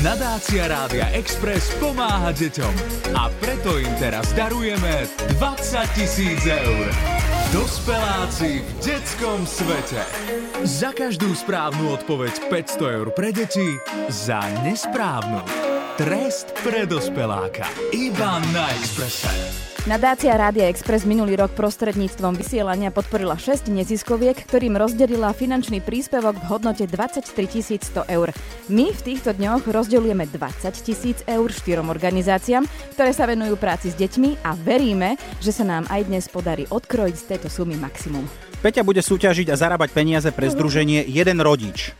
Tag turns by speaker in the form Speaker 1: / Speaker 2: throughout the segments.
Speaker 1: Nadácia Rádia Express pomáha deťom a preto im teraz darujeme 20 tisíc eur. Dospeláci v detskom svete. Za každú správnu odpoveď 500 eur pre deti, za nesprávnu. Trest pre dospeláka. Iba na Expresse.
Speaker 2: Nadácia Rádia Express minulý rok prostredníctvom vysielania podporila 6 neziskoviek, ktorým rozdelila finančný príspevok v hodnote 23 100 eur. My v týchto dňoch rozdeľujeme 20 tisíc eur štyrom organizáciám, ktoré sa venujú práci s deťmi a veríme, že sa nám aj dnes podarí odkrojiť z tejto sumy maximum.
Speaker 3: Peťa bude súťažiť a zarábať peniaze pre združenie Jeden rodič.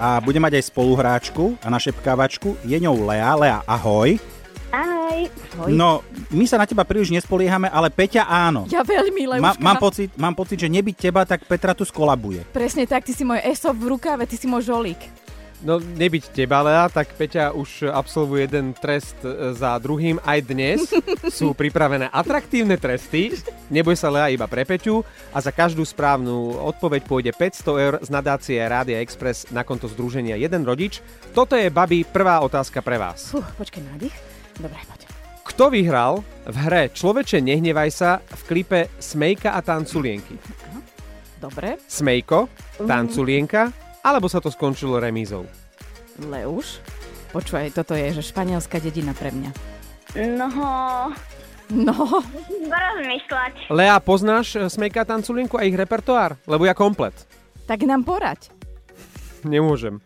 Speaker 3: A bude mať aj spoluhráčku a našepkávačku, je ňou Lea. Lea, ahoj.
Speaker 4: Ahoj.
Speaker 2: Hoj.
Speaker 3: No, my sa na teba príliš nespoliehame, ale Peťa áno.
Speaker 2: Ja veľmi,
Speaker 3: Ma,
Speaker 2: Leuška.
Speaker 3: mám, pocit, mám pocit, že nebyť teba, tak Petra tu skolabuje.
Speaker 2: Presne tak, ty si môj ESO v rukáve, ty si môj žolík.
Speaker 5: No nebyť teba, Lea, tak Peťa už absolvuje jeden trest e, za druhým. Aj dnes sú pripravené atraktívne tresty. Neboj sa, Lea, iba pre Peťu. A za každú správnu odpoveď pôjde 500 eur z nadácie Rádia Express na konto združenia Jeden rodič. Toto je, babi, prvá otázka pre vás.
Speaker 2: Fú, počkaj, nádych. Dobre, poď.
Speaker 5: Kto vyhral v hre Človeče, nehnevaj sa v klipe Smejka a tanculienky?
Speaker 2: Dobre,
Speaker 5: Smejko, tanculienka, alebo sa to skončilo remízou?
Speaker 2: Leuš. Počúvaj, toto je, že španielská dedina pre mňa.
Speaker 4: No,
Speaker 2: No,
Speaker 4: iba rozmýšľať.
Speaker 5: Lea, poznáš e, Smejka a Tanculienku a ich repertoár? Lebo ja komplet.
Speaker 2: tak nám poraď.
Speaker 5: Nemôžem.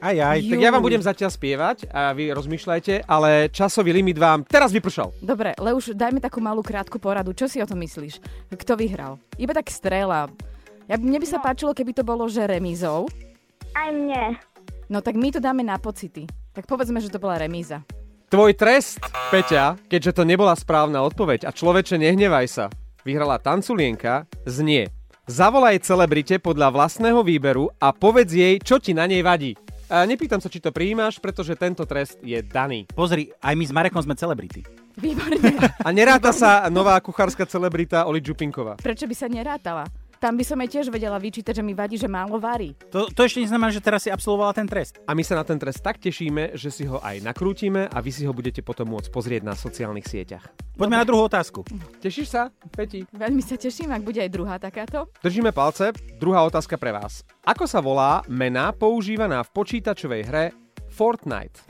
Speaker 3: Aj, aj.
Speaker 5: Tak ja vám budem zatiaľ spievať a vy rozmýšľajte, ale časový limit vám teraz vypršal.
Speaker 2: Dobre, Leuš, dajme takú malú krátku poradu. Čo si o tom myslíš? Kto vyhral? Iba tak strela. Ja, mne by sa páčilo, keby to bolo, že remízou.
Speaker 4: Aj mne.
Speaker 2: No tak my to dáme na pocity. Tak povedzme, že to bola remíza.
Speaker 5: Tvoj trest, Peťa, keďže to nebola správna odpoveď a človeče nehnevaj sa, vyhrala Tanculienka, znie. Zavolaj celebrite podľa vlastného výberu a povedz jej, čo ti na nej vadí. A nepýtam sa, či to prijímaš, pretože tento trest je daný.
Speaker 3: Pozri, aj my s Marekom sme celebrity.
Speaker 2: Výborne.
Speaker 5: A neráta sa nová kuchárska celebrita Oli Čupinková.
Speaker 2: Prečo by sa nerátala? Tam by som jej tiež vedela vyčítať, že mi vadí, že málo varí.
Speaker 3: To, to ešte neznamená, že teraz si absolvovala ten trest.
Speaker 5: A my sa na ten trest tak tešíme, že si ho aj nakrútime a vy si ho budete potom môcť pozrieť na sociálnych sieťach.
Speaker 3: Poďme na druhú otázku.
Speaker 5: Tešíš sa, Peti?
Speaker 2: Veľmi sa teším, ak bude aj druhá takáto.
Speaker 5: Držíme palce. Druhá otázka pre vás. Ako sa volá mená používaná v počítačovej hre Fortnite?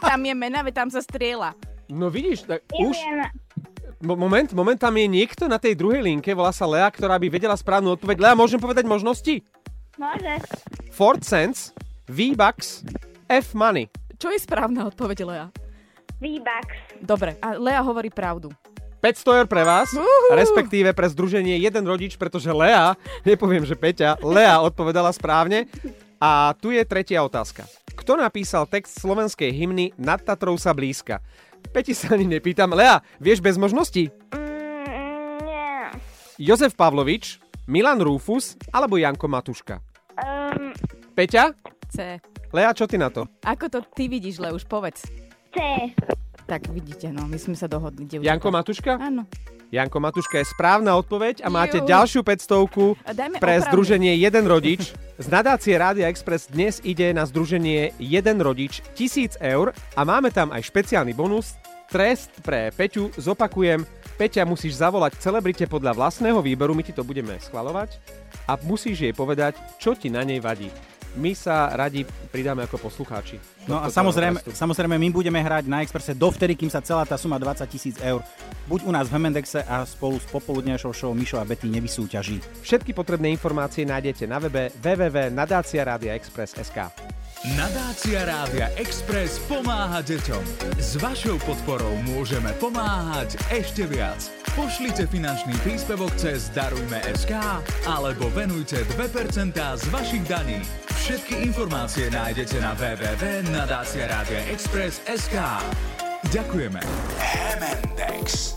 Speaker 2: Tam je mena, veď tam sa strieľa.
Speaker 5: No vidíš, tak už...
Speaker 4: Neviem,
Speaker 5: Mo- moment, moment, tam je niekto na tej druhej linke, volá sa Lea, ktorá by vedela správnu odpoveď. Lea, môžem povedať možnosti?
Speaker 4: môžeš.
Speaker 5: Fort Sense, V-Bucks, F-Money.
Speaker 2: Čo je správna odpoveď, Lea?
Speaker 4: V-Bucks.
Speaker 2: Dobre, a Lea hovorí pravdu.
Speaker 5: 500 eur pre vás,
Speaker 2: Uhu.
Speaker 5: respektíve pre združenie jeden rodič, pretože Lea, nepoviem, že Peťa, Lea odpovedala správne. A tu je tretia otázka. Kto napísal text slovenskej hymny Nad Tatrou sa blízka? Peti sa ani nepýtam. Lea, vieš bez možností?
Speaker 4: Mm, nie.
Speaker 5: Jozef Pavlovič, Milan Rufus alebo Janko Matuška?
Speaker 4: Um,
Speaker 5: Peťa?
Speaker 2: C.
Speaker 5: Lea, čo ty na to?
Speaker 2: Ako to ty vidíš, Leuš, povedz.
Speaker 4: C.
Speaker 2: Tak vidíte, no, my sme sa dohodli, dievčatá.
Speaker 5: Janko Matuška?
Speaker 2: Áno.
Speaker 5: Janko Matuška je správna odpoveď a máte
Speaker 2: Ju.
Speaker 5: ďalšiu 500
Speaker 2: A dajme
Speaker 5: pre
Speaker 2: opravdu.
Speaker 5: združenie Jeden rodič. Z nadácie Rádia Express dnes ide na združenie Jeden rodič 1000 eur a máme tam aj špeciálny bonus. Trest pre Peťu zopakujem. Peťa, musíš zavolať celebrite podľa vlastného výberu, my ti to budeme schvalovať a musíš jej povedať, čo ti na nej vadí. My sa radi pridáme ako poslucháči.
Speaker 3: No a
Speaker 5: Tohto
Speaker 3: samozrejme,
Speaker 5: trestu.
Speaker 3: samozrejme, my budeme hrať na Expresse dovtedy, kým sa celá tá suma 20 tisíc eur buď u nás v Hemendexe a spolu s popoludnejšou show Mišo a Betty nevysúťaží.
Speaker 5: Všetky potrebné informácie nájdete na webe www.nadáciaradiaexpress.sk.
Speaker 1: Nadácia Rádia Express pomáha deťom. S vašou podporou môžeme pomáhať ešte viac. Pošlite finančný príspevok cez Darujme.sk alebo venujte 2% z vašich daní. Všetky informácie nájdete na www.nadáciaradiaexpress.sk Ďakujeme. Hemendex.